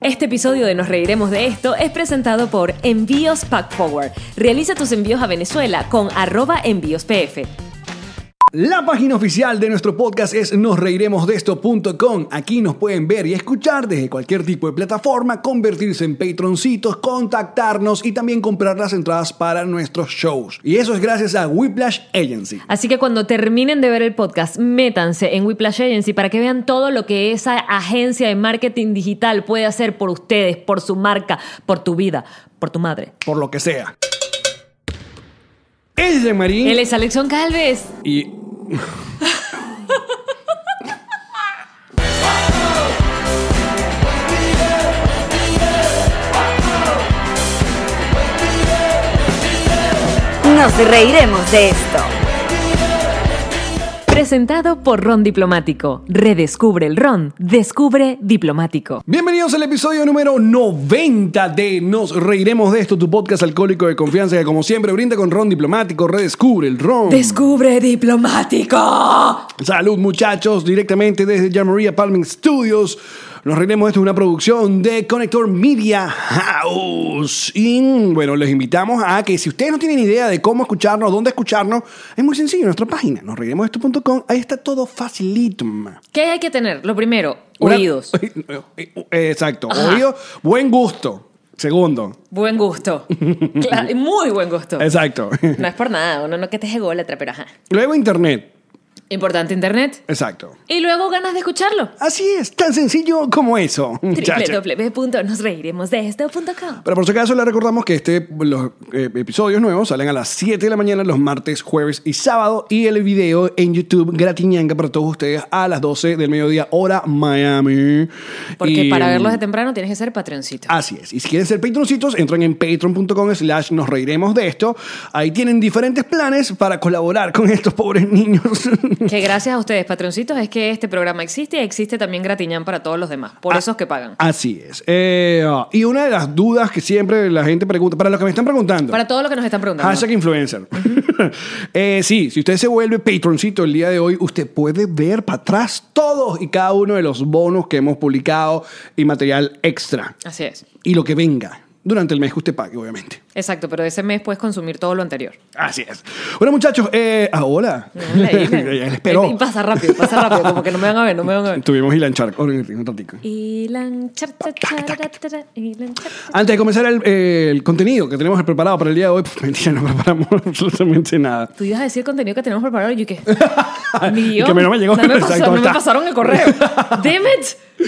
Este episodio de Nos Reiremos de Esto es presentado por Envíos Pack Forward. Realiza tus envíos a Venezuela con arroba envíospf. La página oficial de nuestro podcast es nosreiremosdeesto.com. Aquí nos pueden ver y escuchar desde cualquier tipo de plataforma, convertirse en patroncitos, contactarnos y también comprar las entradas para nuestros shows. Y eso es gracias a Whiplash Agency. Así que cuando terminen de ver el podcast, métanse en Whiplash Agency para que vean todo lo que esa agencia de marketing digital puede hacer por ustedes, por su marca, por tu vida, por tu madre. Por lo que sea. Ella Marín Él es Alexon Calves. y Nos reiremos de esto. Presentado por Ron Diplomático. Redescubre el Ron. Descubre Diplomático. Bienvenidos al episodio número 90 de Nos Reiremos de Esto, tu podcast alcohólico de confianza que como siempre brinda con ron diplomático, redescubre el ron. Descubre Diplomático. Salud muchachos, directamente desde Jamaria Palming Studios. Nos reiremos, esto es una producción de Connector Media House. Y bueno, les invitamos a que si ustedes no tienen idea de cómo escucharnos, dónde escucharnos, es muy sencillo, nuestra página, nosreiremosesto.com, ahí está todo facilito. ¿Qué hay que tener? Lo primero, Una- Eh, oídos. Exacto, Ajá. oídos, buen gusto. Segundo, Buen gusto. Cla- muy buen gusto. exacto. No es por nada, uno no que te es ególatra, pero ajá. Luego internet, Importante internet. exacto. Y luego ganas de escucharlo. Así es, tan sencillo como eso. muchachos. www.nosreiremosdeesto.com Pero por si acaso le recordamos que este, los eh, episodios nuevos salen a las 7 de la mañana los martes, jueves y sábado y el video en YouTube gratiñanga para todos ustedes a las 12 del mediodía hora Miami. Porque Y, Ah. para verlos mm, de temprano tienes que ser patroncito. Así es. Y si quieren ser patroncitos, entran en patreon.com slash nos reiremos de esto. Ahí tienen diferentes planes para colaborar con estos pobres niños. Que gracias a ustedes, patroncitos, es que este programa existe y existe también Gratiñán para todos los demás, por Ah, esos que pagan. Así es. Eh, ah, y una de las dudas que siempre la gente pregunta, para los que me están preguntando. Para todo lo que nos están preguntando. Hashtag influencer. Eh, sí, si usted se vuelve patroncito el día de hoy, usted puede ver para atrás todos y cada uno de los bonos que hemos publicado y material extra. Así es. Y lo que venga durante el mes que usted pague, obviamente. Exacto, pero ese mes puedes consumir todo lo anterior. Así es. Bueno, muchachos, eh, ah, hola. Hola, Ilan. Él esperó. Y pasa rápido, pasa rápido, como que no me van a ver, no me van a ver. Tuvimos Ilan Shark. Un ratico. Ilan, char, char, char, char, char, Ilan, char, char. Antes de comenzar el, eh, el contenido que tenemos preparado para el día de hoy, pues, mentira, no preparamos absolutamente nada. Tú ibas a decir contenido que tenemos preparado y yo qué. Mi guión. Que me- no me llegó. No me, pasó- Exacto, no me está. pasaron el correo. Damn it.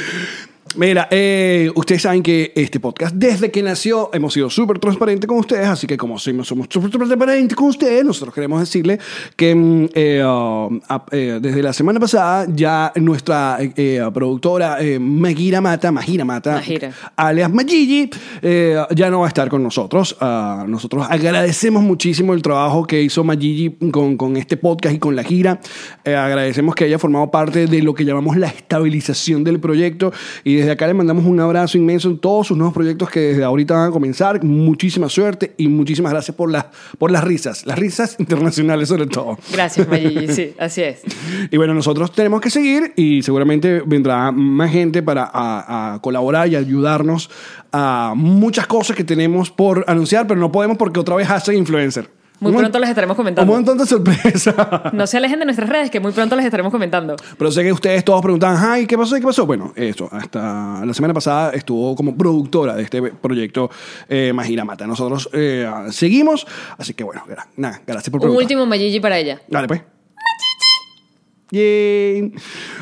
Mira, eh, ustedes saben que este podcast, desde que nació, hemos sido súper transparentes con ustedes, así que como somos somos súper súper transparentes con ustedes, nosotros queremos decirle que mm, eh, oh, ap- eh, desde la semana pasada ya nuestra eh, eh, productora eh, Magira Mata, Magira Mata, Magira. alias Magigi, eh, ya no va a estar con nosotros. Ah, nosotros agradecemos muchísimo el trabajo que hizo Magigi con, con este podcast y con la gira. Eh, agradecemos que haya formado parte de lo que llamamos la estabilización del proyecto. Y desde acá le mandamos un abrazo inmenso en todos sus nuevos proyectos que desde ahorita van a comenzar. Muchísima suerte y muchísimas gracias por, las por las risas, las risas internacionales sobre todo. Gracias, Mayigi. Sí, así es. Y bueno, nosotros tenemos que seguir y seguramente vendrá más gente para a- a colaborar y ayudarnos a muchas cosas que tenemos por anunciar, pero no podemos porque otra vez hashtag influencer. Muy Un mon- pronto les estaremos Un comentando. montón de sorpresas. No se alejen de nuestras redes, que muy pronto les estaremos comentando. Pero sé que ustedes todos preguntan, ay, ¿qué pasó? ¿Y ¿Qué pasó? Bueno, eso, hasta la semana pasada estuvo como productora de este proyecto eh, Magira Mata. Nosotros eh, seguimos, así que bueno, gra- nada, gracias por Un preguntar. último Mayigi para ella. Dale, pues. Yay.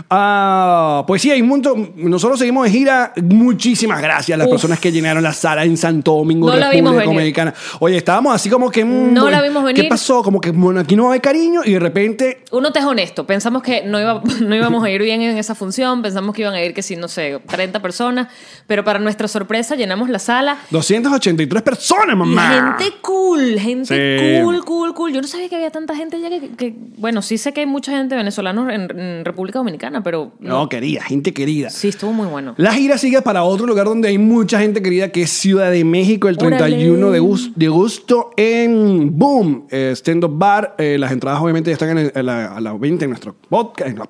Ah, pues sí, hay un montón. Nosotros seguimos de gira. Muchísimas gracias a las Uf. personas que llenaron la sala en Santo Domingo, No la República vimos venir. Dominicana. Oye, estábamos así como que. mm, No bueno, la vimos venir. ¿Qué pasó? Como que bueno, aquí no hay cariño y de repente. Uno te es honesto. Pensamos que no, iba, no íbamos a ir bien en esa función. Pensamos que iban a ir, que sí, no sé, 30 personas. Pero para nuestra sorpresa, llenamos la sala. 283 personas, Y mamá. gente cool, gente Sí. cool, cool, cool. Yo no sabía que había tanta gente ya que, que- bueno, sí sé que hay mucha gente venezolana en, en República Dominicana, pero No, querida, gente querida. sí estuvo muy bueno. La gira sigue para otro lugar donde hay mucha gente querida, que es Ciudad de México, el Órale. 31 de, gus- de agosto en Boom, eh, Stand Up Bar. Eh, las entradas obviamente ya están en el- en la, a la 20 en nuestro podcast, en, la-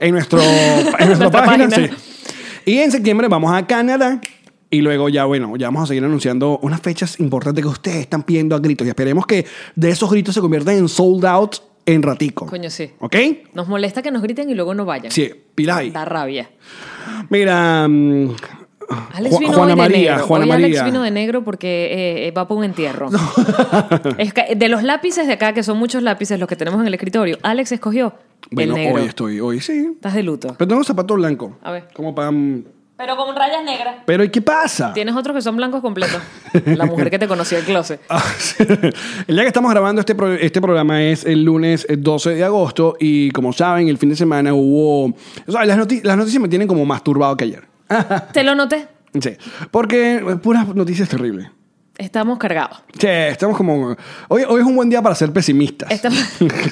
en nuestro, en nuestra Nuestra página. página. sí. Y en septiembre vamos a Canadá. Y luego ya, bueno, ya vamos a seguir anunciando unas fechas importantes que ustedes están pidiendo a gritos. Y esperemos que de esos gritos se conviertan en sold out en ratico. Coño, sí. ¿Ok? Nos molesta que nos griten y luego no vayan. Sí, pilas ahí. Da rabia. Mira... mm, Alex Ju- vino Juana hoy de María, negro. Juana hoy Alex María. vino de negro porque eh, eh, va por un entierro. Es que de los lápices de acá, que son muchos lápices los que tenemos en el escritorio, Alex escogió Bueno, el negro. hoy estoy, hoy sí. Estás de luto. Pero tengo un zapato blanco. A ver. Como para... mm, Pero con rayas negras. Pero ¿y qué pasa? Tienes otros que son blancos completos. La mujer que te conoció el closet. Ah, el día que estamos grabando este, pro- este programa es el lunes eh, 12 de agosto y como saben, el fin de semana hubo... O sea, las, noti- las noticias me tienen como más turbado que ayer. Te lo noté. Sí, porque eh, puras noticias terribles. Estamos cargados. Sí, estamos como... Hoy, hoy es un buen día para ser pesimistas. Estamos-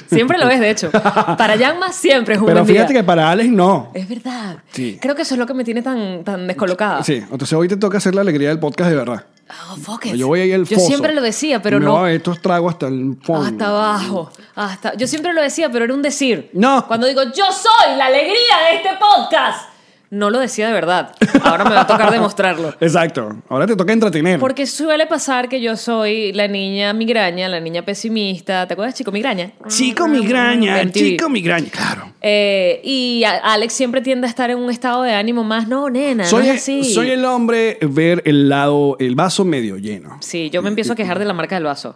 Siempre lo ves, de hecho. Para Yanma siempre es un Pero buen día. fíjate que para Alex no. Es verdad. Sí. Creo que eso es lo que me tiene tan, tan descolocada. Sí, entonces hoy te toca hacer la alegría del podcast de verdad. Oh, fuck it. Yo voy a ir al Yo foso. siempre lo decía, pero Me no. Ah, voy a beber estos tragos hasta el fondo. Hasta abajo. Hasta... Yo siempre lo decía, pero era un decir. No. Cuando digo, yo soy la alegría de este podcast. No lo decía de verdad. Ahora me va a tocar demostrarlo. Exacto. Ahora te toca entretener. Porque suele pasar que yo soy la niña migraña, la niña pesimista. ¿Te acuerdas, chico migraña? Chico migraña, MTV. chico migraña. Claro. Eh, y a- Alex siempre tiende a estar en un estado de ánimo más, no, nena, Soy, Ah, no es el- así. soy el hombre ver el lado, el vaso medio lleno. Sí, yo me empiezo a quejar de la marca del vaso.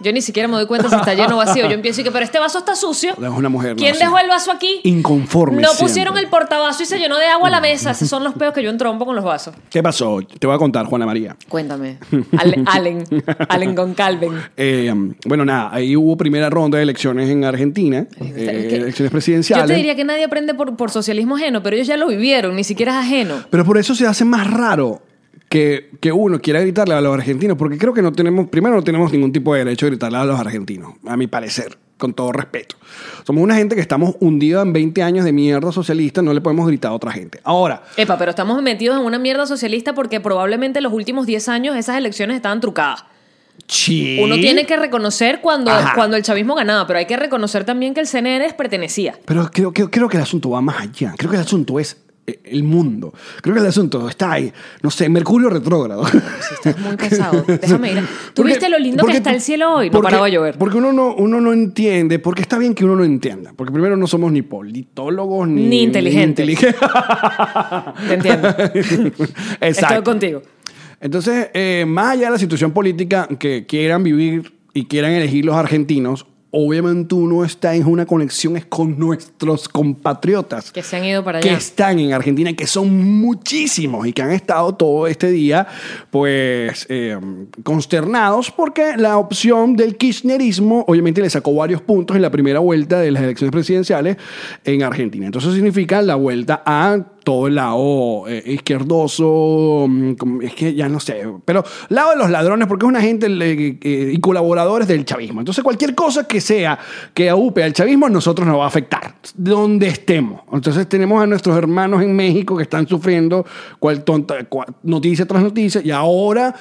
Yo ni siquiera me doy cuenta si está lleno o vacío. Yo empiezo y que, pero este vaso está sucio. Es una mujer, no, ¿Quién sí. dejó el vaso aquí? Inconforme No siempre. pusieron el portavaso y se llenó de agua la mesa. Esos son los peos que yo entrompo con los vasos. ¿Qué pasó? Te voy a contar, Juana María. Cuéntame. Ale- Allen. Allen con Calvin. Eh, bueno, nada, ahí hubo primera ronda de elecciones en Argentina, eh, que- elecciones Yo presidenciales. te diría que nadie aprende por, por socialismo ajeno, pero ellos ya lo vivieron, ni siquiera es ajeno. Pero por eso se hace más raro que, que uno quiera gritarle a los argentinos, porque creo que no tenemos, primero no tenemos ningún tipo de derecho a gritarle a los argentinos, a mi parecer, con todo respeto. Somos una gente que estamos hundida en 20 años de mierda socialista, no le podemos gritar a otra gente. Ahora, Epa, pero estamos metidos en una mierda socialista porque probablemente los últimos 10 años esas elecciones estaban trucadas. sí. Uno tiene que reconocer cuando, Ajá. cuando el chavismo ganaba, pero hay que reconocer también que el CNR pertenecía. Pero creo, creo, creo que el asunto va más allá. Creo que el asunto es eh, el mundo. Creo que el asunto está ahí. No sé, Mercurio retrógrado. Estás muy cansado. Déjame ir. a- ¿Tú Porque- viste lo lindo porque que está tú- el cielo hoy? No porque- paraba de llover. Porque uno no, uno no entiende, porque está bien que uno no entienda. Porque primero no somos ni politólogos ni, Ni inteligentes. ni inteligentes. Te entiendo. Estoy Exacto. contigo. Entonces, eh, más allá de la situación política que quieran vivir y quieran elegir los argentinos, obviamente uno está en una conexión es con nuestros compatriotas. Que se han ido para que allá. están en Argentina, que son muchísimos y que han estado todo este día, pues, eh, consternados porque la opción del kirchnerismo obviamente le sacó varios puntos en la primera vuelta de las elecciones presidenciales en Argentina. Entonces significa la vuelta a todo el lado eh, izquierdoso, mm, como- es que ya no sé, pero lado de los ladrones, porque es una gente eh, eh, y colaboradores del chavismo. Entonces cualquier cosa que sea que aupe al chavismo, a nosotros nos va a afectar, donde estemos. Entonces tenemos a nuestros hermanos en México que están sufriendo cual tonta- cual- noticia tras noticia, y ahora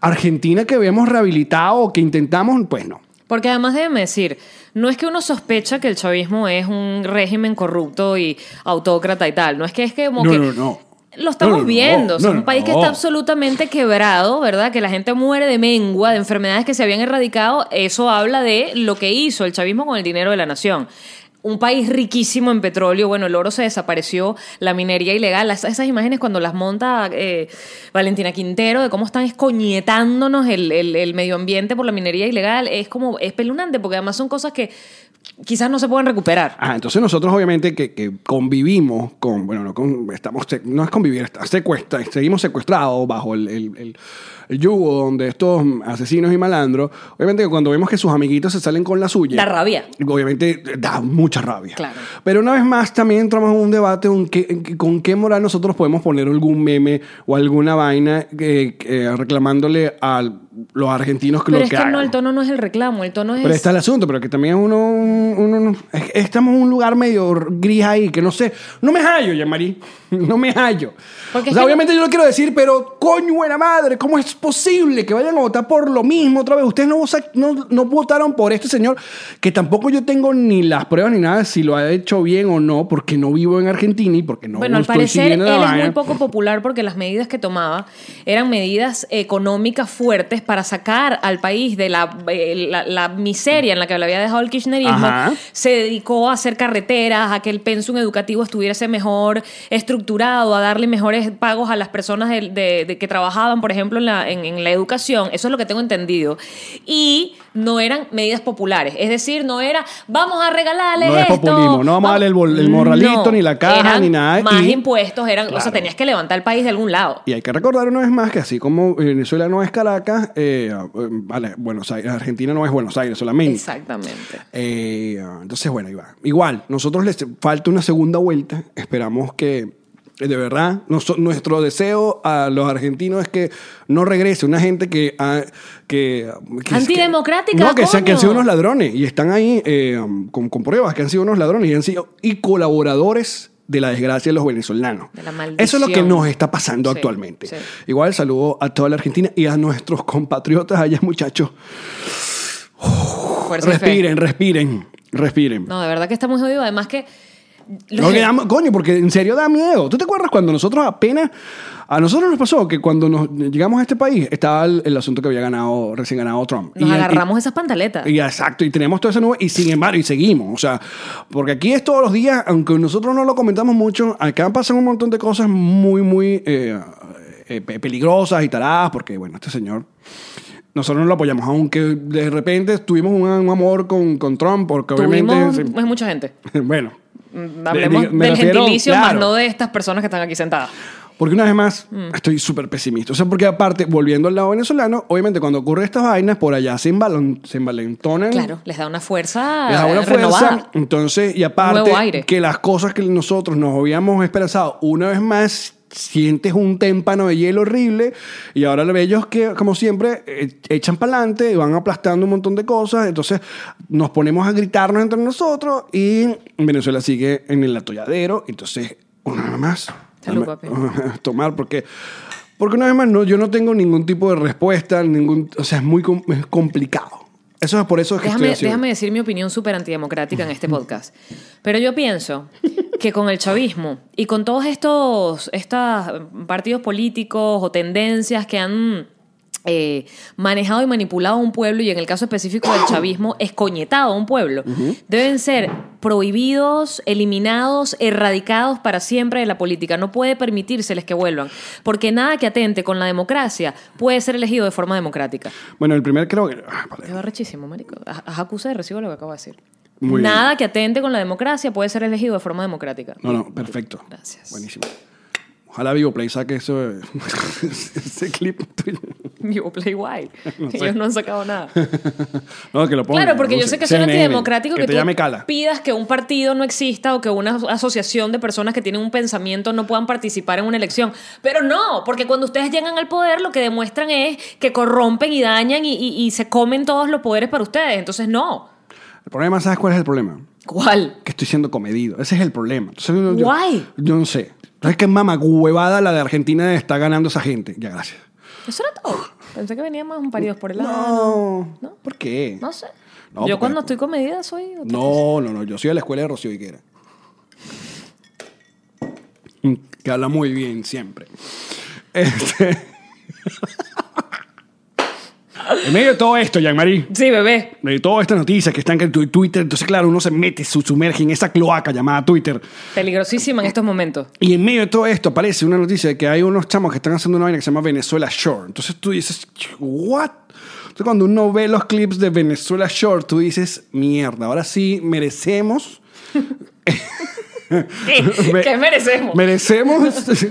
Argentina que habíamos rehabilitado, que intentamos, pues no. Porque además déjeme decir, no es que uno sospecha que el chavismo es un régimen corrupto y autócrata y tal. No es que es que como No, que- no, no. Lo estamos No, no, no. viendo. o sea, No, no, un país que no. está absolutamente quebrado, ¿verdad? Que la gente muere de mengua, de enfermedades que se habían erradicado. Eso habla de lo que hizo el chavismo con el dinero de la nación. Un país riquísimo en petróleo. Bueno, el oro se desapareció, la minería ilegal. Esas, esas imágenes cuando las monta eh, Valentina Quintero de cómo están escoñetándonos el, el- el medio ambiente por la minería ilegal es como espeluznante porque además son cosas que quizás no se pueden recuperar. Ah, entonces nosotros obviamente que, que convivimos con, bueno, no, con- estamos, sec- no es convivir, está secuestra, seguimos secuestrados bajo el, el- el- el yugo donde estos asesinos y malandros, obviamente que cuando vemos que sus amiguitos se salen con la suya, La rabia. obviamente da mucha rabia. Claro. Pero una vez más también entramos en un debate en qué- en qué- con qué moral nosotros podemos poner algún meme o alguna vaina eh, eh, reclamándole a los argentinos que Pero lo es que que no, hagan. el tono no es el reclamo, el tono es... Pero está el asunto, pero que también uno, uno no- es- estamos en un lugar medio gris ahí, que no sé, no me hallo, Yamari, no me hallo. Porque o es sea, que- obviamente yo lo quiero decir, pero coño de la madre, ¿cómo es posible que vayan a votar por lo mismo otra vez? Ustedes no, vosa- no, no votaron por este señor, que tampoco yo tengo ni las pruebas ni nada de si lo ha hecho bien o no, porque no vivo en Argentina y porque no bueno, al estoy parecer él siguiendo la es vaina. muy poco popular porque las medidas que tomaba eran medidas económicas fuertes para sacar al país de la, eh, la- la miseria en la que le había dejado el kirchnerismo. Ajá. Se dedicó a hacer carreteras, a que el pensum educativo estuviese mejor estructurado, a darle mejores pagos a las personas de, de- de que trabajaban, por ejemplo, en la, en- en la educación. Eso es lo que tengo entendido. Y no eran medidas populares. Es decir, no era, vamos a regalarles No es esto. populismo, no vamos a darle el bol- el morralito, ni la caja, eran ni nada, Más y- impuestos eran, o sea, Claro. tenías que levantar el país de algún lado. Y hay que recordar una vez más que así como Venezuela no es Caracas, eh, eh, vale, Buenos Aires, Argentina no es Buenos Aires solamente. Exactamente. Eh, entonces, bueno, igual. Igual, nosotros les falta una segunda vuelta. Esperamos que, eh, de verdad, noso- nuestro deseo a los argentinos es que no regrese una gente que... ah, que, que- Antidemocrática, no, que, se- que han coño. sido unos ladrones y están ahí eh, con, con pruebas que han sido unos ladrones y han sido y colaboradores de la desgracia de los venezolanos. De la maldición. Eso es lo que nos está pasando Sí, actualmente. sí. Igual saludo a toda la Argentina y a nuestros compatriotas allá, muchachos. Fuerza y fe. Respiren, respiren, respiren. No, de verdad que está muy jodido. Además que. los- No, que da- coño, porque en serio da miedo. ¿Tú te acuerdas cuando nosotros apenas... A nosotros nos pasó que cuando nos llegamos a este país estaba el, el asunto que había ganado, recién ganado Trump. nos Y- y- agarramos esas pantaletas. Y, exacto, y tenemos toda esa nube y sin embargo, y seguimos. O sea, porque aquí es todos los días, aunque nosotros no lo comentamos mucho, acá pasan un montón de cosas muy, muy eh, eh, pe- peligrosas y taradas, porque bueno, este señor... Nosotros no lo apoyamos, aunque de repente tuvimos un, un amor con, con Trump, porque Tuvimos obviamente... es mucha gente. Bueno, Mm, Hablemos digo, me del refiero, gentilicio, claro. Mm. más no de estas personas que están aquí sentadas. Porque una vez más, estoy súper pesimista. O sea, porque aparte, volviendo al lado venezolano, obviamente cuando ocurre estas vainas, por allá se, embalon- se envalentonan. Claro, les da una fuerza, Les da una fuerza. Ah, renovada. Entonces, y nuevo aparte, aire. que las cosas que nosotros nos habíamos esperanzado, una vez más, sientes un témpano de hielo horrible. Y ahora lo ellos que, como siempre, eh, echan para adelante y van aplastando un montón de cosas. Entonces, nos ponemos a gritarnos entre nosotros y Venezuela sigue en el atolladero. Entonces, una vez más. Salud, dame- papi. tomar porque porque una vez más no, yo no tengo ningún tipo de respuesta ningún o sea es muy com- es complicado eso es por eso es que Déjame, estoy haciendo. déjame decir mi opinión súper antidemocrática en este podcast. Pero yo pienso que con el chavismo y con todos estos, estas partidos políticos o tendencias que han eh, manejado y manipulado a un pueblo, y en el caso específico del chavismo, escoñetado a un pueblo, deben ser prohibidos, eliminados, erradicados para siempre de la política. No puede permitírseles que vuelvan, porque nada que atente con la democracia puede ser elegido de forma democrática. bueno el primer creo que ah, vale. Qué barrechísimo, marico. Haz haz acusa de recibo lo que acabo de decir. Muy Nada que atente con la democracia puede ser elegido de forma democrática. no no perfecto Gracias. buenísimo ojalá Vivoplay saque eso eh, ese clip tuyo. Vivo Play Wild. No sé. Ellos no han sacado nada. no que lo ponga claro, porque yo sé que es CNN, antidemocrático que, te tú llame Cala pidas que un partido no exista o que una asociación de personas que tienen un pensamiento no puedan participar en una elección. Pero no, porque cuando ustedes llegan al poder lo que demuestran es que corrompen y dañan y, y- y se comen todos los poderes para ustedes. Entonces, no. el problema sabes cuál es el problema ¿Cuál? que estoy siendo comedido. Ese es el problema. Entonces, yo- yo- Guay. Yo, no sé. Es que mamacuevada la de Argentina está ganando esa gente. Ya, gracias. Eso era todo. Pensé que venían más un paridos por el lado. No. ¿No? ¿Por qué? No sé. yo No, porque- cuando estoy comedida soy. otra cosa. No, no, no. Yo soy de la escuela de Rocío Higuera. Que habla muy bien siempre. Este... en medio de todo esto, Jean-Marie, Sí, bebé. de todas estas noticias que están en tu- Twitter, entonces, claro, uno se mete, se sumerge en esa cloaca llamada Twitter. Peligrosísima en estos momentos. Y en medio de todo esto aparece una noticia de que hay unos chamos que están haciendo una vaina que se llama Venezuela Shore. Entonces tú dices, ¿what? Entonces cuando uno ve los clips de Venezuela Shore, tú dices, mierda, ahora sí merecemos. ¿Qué, Me- ¿Qué merecemos? Merecemos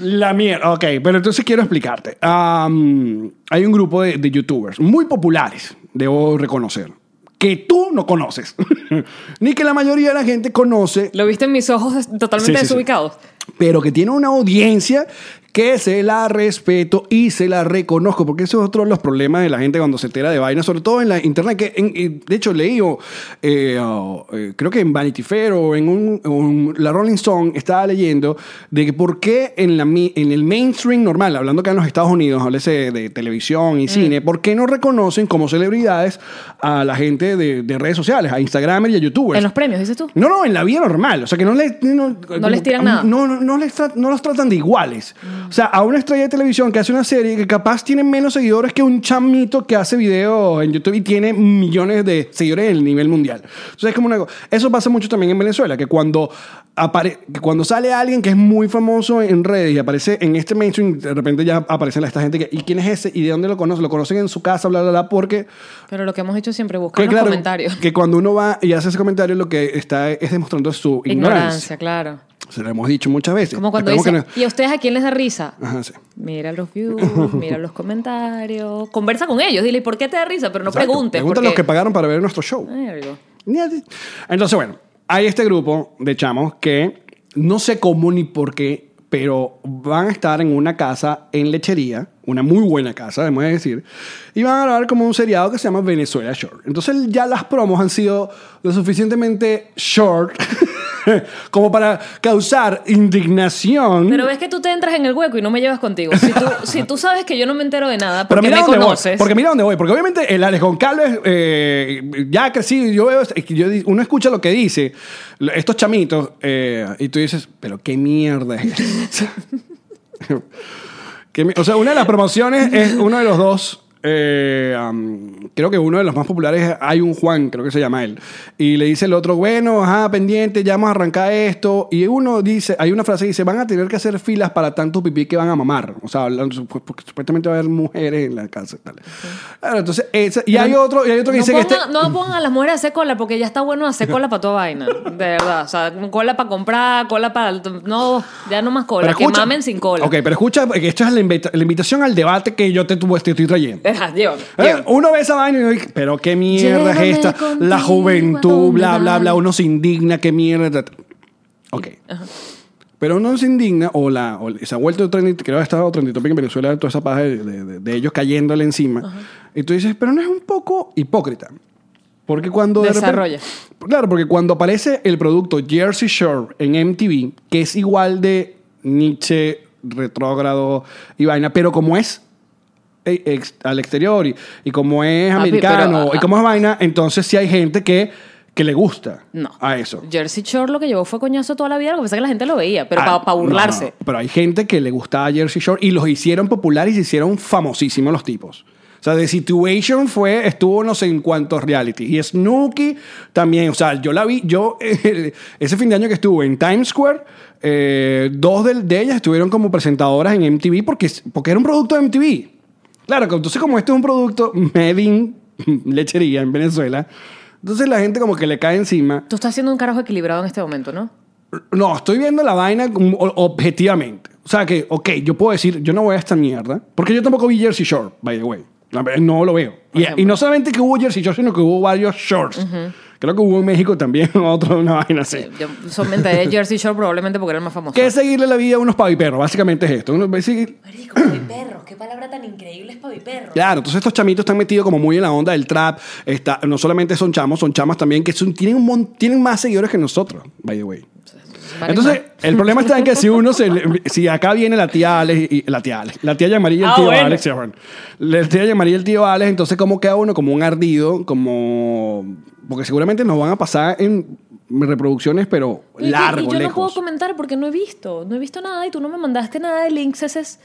la mierda. Ok, pero entonces quiero explicarte. Am, hay un grupo de, de youtubers muy populares, debo reconocer, que tú no conoces, ni que la mayoría de la gente conoce, Lo viste en mis ojos totalmente Sí, sí, sí. desubicados. pero que tiene una audiencia que se la respeto y se la reconozco, porque eso es otro de los problemas de la gente cuando se entera de vainas, sobre todo en la internet, que en- en- de hecho leí, o, eh, o, eh, creo que en Vanity Fair o en un, un- la Rolling Stone estaba leyendo de que por qué en, la, mi- en el mainstream normal, hablando acá en los Estados Unidos, háblese de televisión Mm. y cine, ¿por qué no reconocen como celebridades a la gente de, de redes sociales, a Instagram y a YouTubers? En los premios, dices tú. No, no, en la vida normal. O sea, que no, le- no, como- les tiran nada. Mm. No, no, no les tra- no los tratan de iguales. O sea, a una estrella de televisión que hace una serie que capaz tiene menos seguidores que un chamito que hace videos en YouTube y tiene millones de seguidores en el nivel mundial. Entonces, es como una co- Eso pasa mucho también en Venezuela, que cuando, apare- que cuando sale alguien que es muy famoso en redes y aparece en este mainstream, de repente ya aparecen esta gente que, ¿y quién es ese? ¿Y de dónde lo conoce? Lo conocen en su casa, bla, bla, bla, porque Pero lo que hemos hecho siempre buscar que los claro, comentarios. que cuando uno va y hace ese comentario, lo que está es demostrando su ignorancia. Ignorancia, claro. Se lo hemos dicho muchas veces. Como cuando Esperemos dicen, que ¿y a ustedes a quién les da risa? no- Ajá, sí. Mira los views, mira los comentarios. Conversa con ellos, dile, ¿por qué te da risa? Pero no Exacto. preguntes. Pregunta a los porque- que pagaron para ver nuestro show. Ay, algo. Entonces, bueno, hay este grupo de chamos que no sé cómo ni por qué, pero van a estar en una casa en lechería, una muy buena casa, debemos de decir, y van a grabar como un seriado que se llama Venezuela Short. Entonces, ya las promos han sido lo suficientemente short como para causar indignación. Pero ves que tú te entras en el hueco y no me llevas contigo. Si tú, si tú sabes que yo no me entero de nada, Pero porque mira me dónde voy. conoces. Porque mira dónde voy. Porque obviamente el Alex Goncalves eh, ya ha crecido. y Yo veo, es que yo di- uno escucha lo que dice lo- estos chamitos eh, y tú dices, pero qué mierda es. esto?" Que mi- o sea, una de las promociones es uno de los dos. eh, am, creo que uno de los más populares hay un Juan, creo que se llama él. Y le dice el otro, bueno, ajá, pendiente, ya vamos a arrancar esto. Y uno dice, hay una frase que dice, van a tener que hacer filas para tanto pipí que van a mamar. O sea, hablan- sup- porque supuestamente va a haber mujeres en la casa. y Tal. Claro, entonces, esa- y, hay otro, y hay otro que No dice pongan, que este... no pongan a las mujeres a hacer cola porque ya está bueno hacer cola para toda vaina. De verdad. O sea, cola para comprar, cola para. No, ya no más cola. pero que escucha- mamen sin cola. Ok, pero escucha, porque esto es la, invita- la invitación al debate que yo te, tuve- te estoy trayendo. Deja, llévame, Eh, llévame. uno ve esa vaina y dice, pero qué mierda Llévame es esta, contigo la a juventud, donde bla, bla, vaya. bla, uno se indigna, qué mierda. ta, ta. Ok. Pero uno se indigna, o, la, o se ha vuelto trending, creo que ha estado trending topic en Venezuela, toda esa paja de, de- de- de ellos cayéndole encima. Y tú dices, pero no es un poco hipócrita. Porque cuando... de repente- Desarrolla. claro, porque cuando aparece el producto Jersey Shore en MTV, que es igual de Nietzsche, retrógrado y vaina, pero como es eh, ex- al exterior y, y como es Papi, americano pero, ah, y como es vaina, entonces sí hay gente que, que le gusta No. a eso. Jersey Shore lo que llevó fue coñazo toda la vida. Lo que pasa es que la gente lo veía, pero Ah, para no, burlarse. no, pero hay gente que le gustaba Jersey Shore y los hicieron populares y se hicieron famosísimos los tipos. O sea, The Situation fue, estuvo no sé en cuántos reality. Y Snooki también. O sea, yo la vi, yo, eh, ese fin de año que estuve en Times Square, eh, dos de, de ellas estuvieron como presentadoras en MTV porque, porque era un producto de MTV. Claro, que entonces como este es un producto made in lechería en Venezuela, entonces la gente como que le cae encima. Tú estás haciendo un carajo equilibrado en este momento, ¿no? No, estoy viendo la vaina como o- objetivamente. O sea que, ok, yo puedo decir, yo no voy a esta mierda. Porque yo tampoco vi Jersey Shore, by the way. La verdad, No lo veo. Por Y, ejemplo. y no solamente que hubo Jersey Shore, sino que hubo varios shorts. Creo que hubo en México también otra una vaina así. Eh, Yo solamente de Jersey Shore probablemente porque era el más famoso. Que es seguirle la vida a unos paviperros. Básicamente es esto. Uno va a seguir- Marico, paviperros, qué palabra tan increíble es paviperros. Claro, entonces estos chamitos están metidos como muy en la onda del trap. Está, no solamente son chamos, son chamas también que son- tienen, un mon- tienen más seguidores que nosotros, by the way. Vale, Entonces, el problema está en que si uno se le- si acá viene la tía Alex y la tía Alex, la tía Yamari y el Ah, tío bueno. Alex, sí, bueno. la tía Yamari y el tío Alex, entonces cómo queda uno como un ardido, como porque seguramente nos van a pasar en reproducciones pero Y- y- largo, y yo no lejos. puedo comentar porque no he visto, no he visto nada y tú no me mandaste nada de links ese es-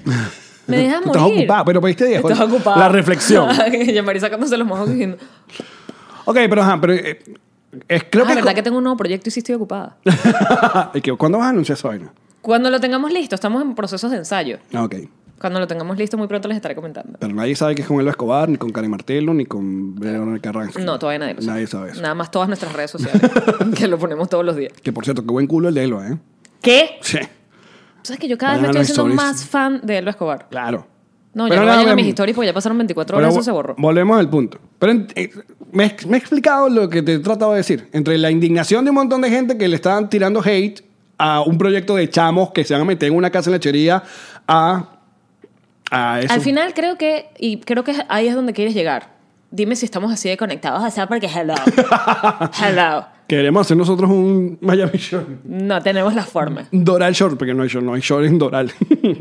Me dejas Tú morir. estás ocupado, pero pediste diez, Estás joder. ocupado. La reflexión. y María sacándose los mojos diciendo, Ok, pero ajá, pero eh, es creo ah, que verdad que tengo un nuevo proyecto y sí estoy ocupada. ¿Y que, ¿Cuándo vas a anunciar esa vaina? Cuando lo tengamos listo, estamos en procesos de ensayo. Ah, ok. Cuando lo tengamos listo, muy pronto les estaré comentando. Pero nadie sabe que es con Elba Escobar, ni con Karen Martelo, ni con Verónica Carranza. No, todavía nadie lo sabe. Nadie sabe eso. Nada más todas nuestras redes sociales, que lo ponemos todos los días. Que por cierto, qué buen culo el de Elba, ¿eh? ¿Qué? Sí. ¿Sabes que yo cada vez me Vayan a estoy los haciendo stories. más fan de Elba Escobar? Claro. No, Pero ya no nada, vayan a vean- mis historias porque ya pasaron 24 horas, eso Pero vo- se borró. Volvemos al punto. Pero eh, me, me he explicado lo que te he tratado de decir. Entre la indignación de un montón de gente que le estaban tirando hate a un proyecto de chamos que se van a meter en una casa en lechería a, a eso. Al final creo que, y creo que ahí es donde quieres llegar. Dime si estamos así de conectados, o sea, porque hello. hello. Queremos hacer nosotros un Miami Short. No tenemos la forma. Doral Short, porque no hay short, no hay short en Doral.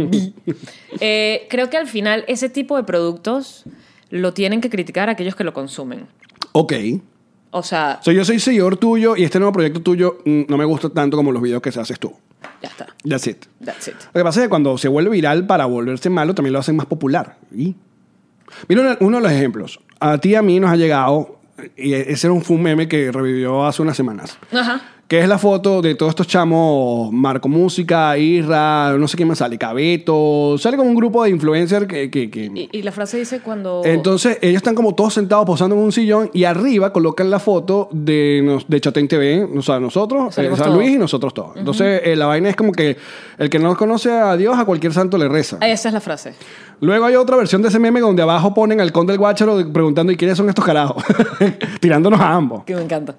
Eh, creo que al final ese tipo de productos lo tienen que criticar aquellos que lo consumen. ok. O sea, O sea, yo soy seguidor tuyo y este nuevo proyecto tuyo mm, no me gusta tanto como los videos que se haces tú. ya está. That's it. That's it. Lo que pasa es que cuando se vuelve viral para volverse malo, también lo hacen más popular. ¿Y? Mira una- uno de los ejemplos. A ti y a mí nos ha llegado, y e, ese era un, fue un meme que revivió hace unas semanas, Ajá. que es la foto de todos estos chamos, Marco Música, Irra, no sé quién más sale, Cabeto, sale como un grupo de influencers que... que- que- Y, y la frase dice cuando... Entonces ellos están como todos sentados posando en un sillón y arriba colocan la foto de, nos- de Chatén TV, o sea, nosotros, eh, Salimos San todos. Luis y nosotros todos. Entonces eh, la vaina es como que el que no conoce a Dios, a cualquier santo le reza. Ah, Esa es la frase. Luego hay otra versión de ese meme donde abajo ponen al conde del guacharo de- preguntando, ¿y quiénes son estos carajos? Tirándonos a ambos. Que me encanta.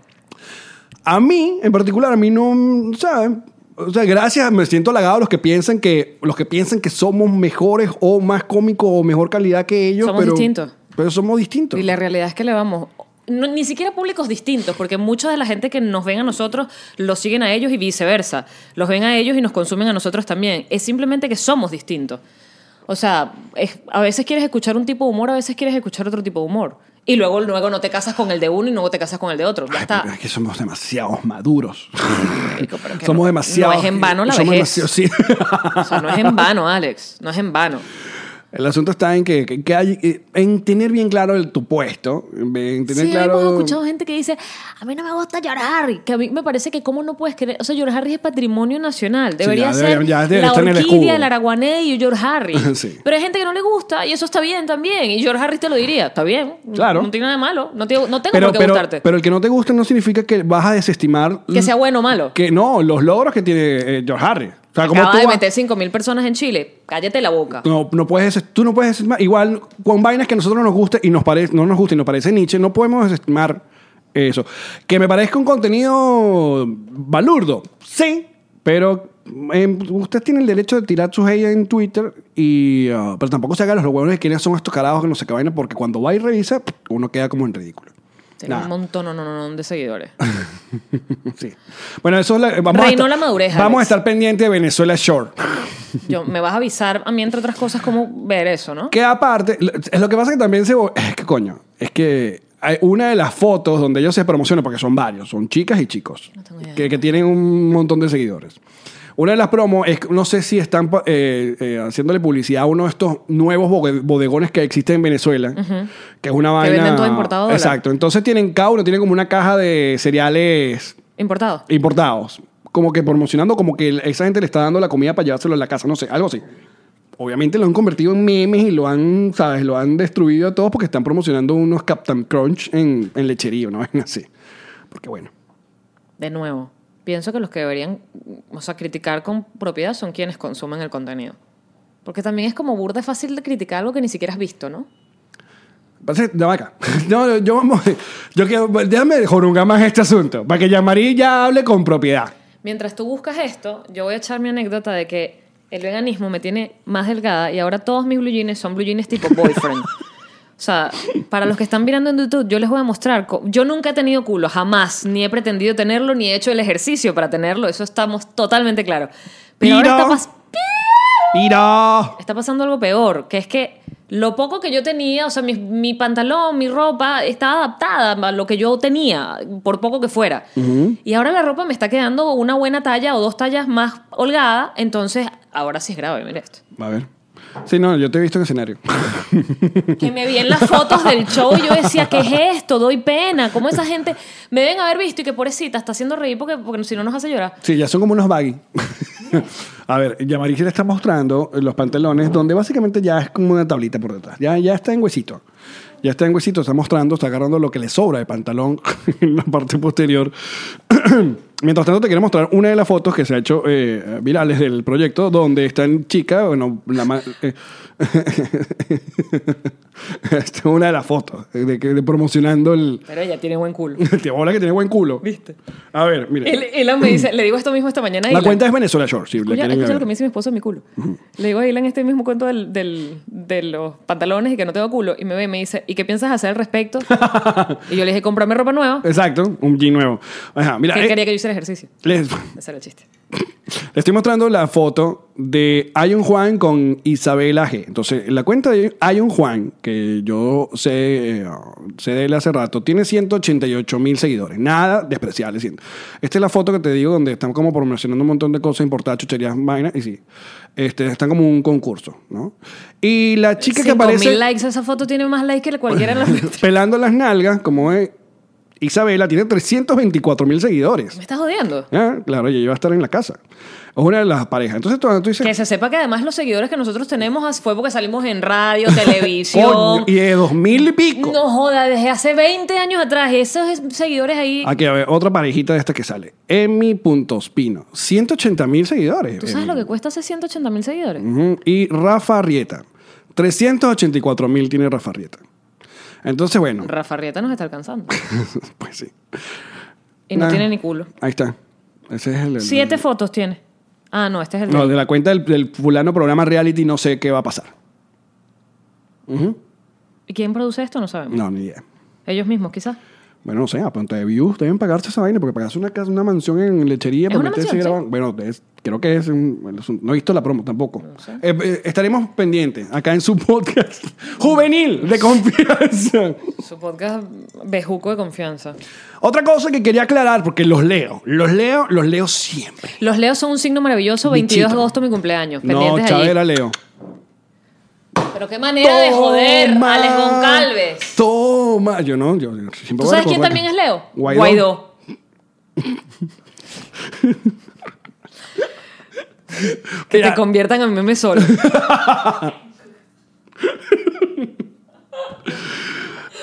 A mí, en particular, a mí no, ¿sabes? O sea, gracias, me siento halagado a los que piensan que, los que piensan que somos mejores o más cómicos o mejor calidad que ellos. Somos pero, distintos. Pero somos distintos. Y la realidad es que le vamos... no, ni siquiera públicos distintos, porque mucha de la gente que nos ven a nosotros los siguen a ellos y viceversa. Los ven a ellos y nos consumen a nosotros también. Es simplemente que somos distintos. O sea, es- a veces quieres escuchar un tipo de humor, a veces quieres escuchar otro tipo de humor. Y luego, luego no te casas con el de uno y luego te casas con el de otro. Ya Ay, está. pero es que somos demasiados maduros. pero que somos no- demasiados. no es en vano la somos vejez. demasiado- sí. O sea, no es en vano, Alex. No es en vano. El asunto está en que, que- que hay- eh, en tener bien claro el- tu puesto, en tener sí, claro. hemos escuchado gente que dice, a mí no me gusta llorar, que a mí me parece que cómo no puedes creer, o sea, George Harry es patrimonio nacional, debería ya ser deberían- ya debería la estar en el escudo. orquídea, el araguané y George Harry. Sí. Pero hay gente que no le gusta y eso está bien también, y George Harry te lo diría, está bien, Claro. no tiene nada de malo, no, te- no tengo Pero, por qué pero, gustarte. pero el que no te guste no significa que vas a desestimar. que sea bueno o malo. Que no, los logros que tiene eh, George Harry. O sea, como Acaba tú, de vas- meter 5.000 personas en Chile, cállate la boca. no, no puedes, deses- tú no puedes desestimar. Igual, con vainas que a nosotros nos guste y nos parece, no nos gusta y nos parece Nietzsche, no podemos desestimar eso. Que me parezca un contenido balurdo, sí, pero eh, usted tiene el derecho de tirar sus hate en Twitter, y, ah, pero tampoco se hagan los huevos de quiénes son estos carajos que no se qué vaina, porque cuando va y revisa, uno queda como en ridículo. Tiene Nada. un montón no, no, no, de seguidores. Sí. Bueno, eso es la, vamos Reinó a estar, la madurez, Vamos a Alex. estar pendiente de Venezuela Shore. Yo, me vas a avisar a mí, entre otras cosas, cómo ver eso, ¿no? Que aparte, lo- es lo que pasa que también se... vo- Es que coño, es que hay una de las fotos donde ellos se promocionan, porque son varios, son chicas y chicos, tengo idea. que, que tienen un montón de seguidores. Una de las promos es, no sé si están pa- eh, eh, haciéndole publicidad a uno de estos nuevos bode- bodegones que existen en Venezuela, que es una vaina... venden todo importado a dólar. Exacto, entonces tienen cada uno, tiene como una caja de cereales Importado. importados. Como que promocionando, como que el- esa gente le está dando la comida para llevárselo a la casa, no sé, algo así. Obviamente lo han convertido en memes y lo han, ¿sabes? Lo han destruido a todos porque están promocionando unos Captain Crunch en, en lechería, una vaina así. Porque bueno. De nuevo, pienso que los que deberían, o sea, criticar con propiedad son quienes consumen el contenido. Porque también es como burda fácil de criticar algo que ni siquiera has visto, ¿no? Parece, ya va acá. No, yo vamos. Yo quiero. Déjame jorungar más este asunto. Para que Yamari ya hable con propiedad. Mientras tú buscas esto, yo voy a echar mi anécdota de que el veganismo me tiene más delgada y ahora todos mis blue jeans son blue jeans tipo boyfriend. O sea, para los que están mirando en YouTube, yo les voy a mostrar. co- Yo nunca he tenido culo, jamás. Ni he pretendido tenerlo, ni he hecho el ejercicio para tenerlo. Eso estamos totalmente claros. Pero ahora Piro. está pas- ¡Mira! está pasando algo peor, que es que lo poco que yo tenía, o sea, mi, mi pantalón, mi ropa, estaba adaptada a lo que yo tenía, por poco que fuera. Y ahora la ropa me está quedando una buena talla o dos tallas más holgada, entonces ahora sí es grave, mira esto. A ver. Sí, no, yo te he visto en escenario. Que me vi en las fotos del show y yo decía, ¿qué es esto? Doy pena. ¿Cómo esa gente me deben haber visto y que pobrecita está haciendo reír porque, porque si no nos hace llorar? Sí, ya son como unos baggy. A ver, Yamari le está mostrando los pantalones donde básicamente ya es como una tablita por detrás. Ya, ya está en huesito. Ya está en huesito, está mostrando, está agarrando lo que le sobra de pantalón en la parte posterior. Mientras tanto, te quiero mostrar una de las fotos que se ha hecho eh, virales del proyecto, donde están chica, bueno, la ma- eh, Esta es una de las fotos eh, de, que- de promocionando el, Pero ella tiene buen culo. el tío bola que tiene buen culo. ¿Viste? A ver, mire. Él, Elan me dice, le digo esto mismo esta mañana. a la Elan. cuenta es Venezuela Short, si la Escucha, quieren escucha ver. lo que me dice mi esposo de mi culo. Le digo a Ilan este mismo cuento del, del- de los pantalones y que no tengo culo. Y me ve y me dice, ¿y qué piensas hacer al respecto? y yo le dije, cómprame ropa nueva. Exacto, un jean nuevo. Ajá, mira, Que eh, quería que yo hiciera ejercicio. les, Ese era el chiste. Le estoy mostrando la foto de Ayon Juan con Isabela G. Entonces, la cuenta de Ayon Juan, que yo sé, eh, sé de él hace rato, tiene 188 mil seguidores. Nada despreciable. siento. Esta es la foto que te digo donde están como promocionando un montón de cosas importadas, chucherías, vainas, y sí. Este, están como un concurso, ¿no? Y la chica que 5.000 aparece likes, esa foto tiene más likes que la cualquiera en la Me pelando las nalgas, como es Isabela, tiene 324 mil seguidores. estás jodiendo. Ah, Claro, ella iba a estar en la casa. Es una de las parejas. Entonces, tú, tú dices... Que se sepa que además los seguidores que nosotros tenemos as- fue porque salimos en radio, televisión. Coño, y de dos mil y pico. oh. no joda, desde hace 20 años atrás, esos es- seguidores ahí. Aquí, a ver, otra parejita de esta que sale. Emi Puntospino. 180 mil seguidores. ¿Tú sabes lo que cuesta hace 180 mil seguidores? Ujú. Y Rafa Rieta. 384 mil tiene Rafa Rieta. Entonces, bueno, Rafa Rieta nos está alcanzando. pues sí. Y no Nah. tiene ni culo. Ahí está. Ese es el. el- Siete fotos tiene. Ah, no, este es el. No, de- de la cuenta del, del fulano programa reality, no sé qué va a pasar. ¿Y ¿Quién produce esto? No sabemos. No, ni idea. Ellos mismos, quizás. Bueno, no sé, a punto de views deben pagarse esa vaina, porque pagarse una casa, una mansión en ¿Es lechería para una meterse y mansión, grabar. Bueno, es- creo que es un, es un- No he visto la promo tampoco. Eh, eh, estaremos pendientes acá en su podcast juvenil de confianza. Su podcast Bejuco de confianza. Otra cosa que quería aclarar, porque los leo, los leo, los leo siempre. Los Leos son un signo maravilloso. 22 de Bichito. agosto, mi cumpleaños. No, Pendientes allí. Chavera leo. Pero qué manera de joder a Alex Goncalves. Toma. Yo no, yo yo siempre ¿Tú voy a sabes quién recordar. también es Leo? Guaidó. que Mira. te conviertan a meme solo.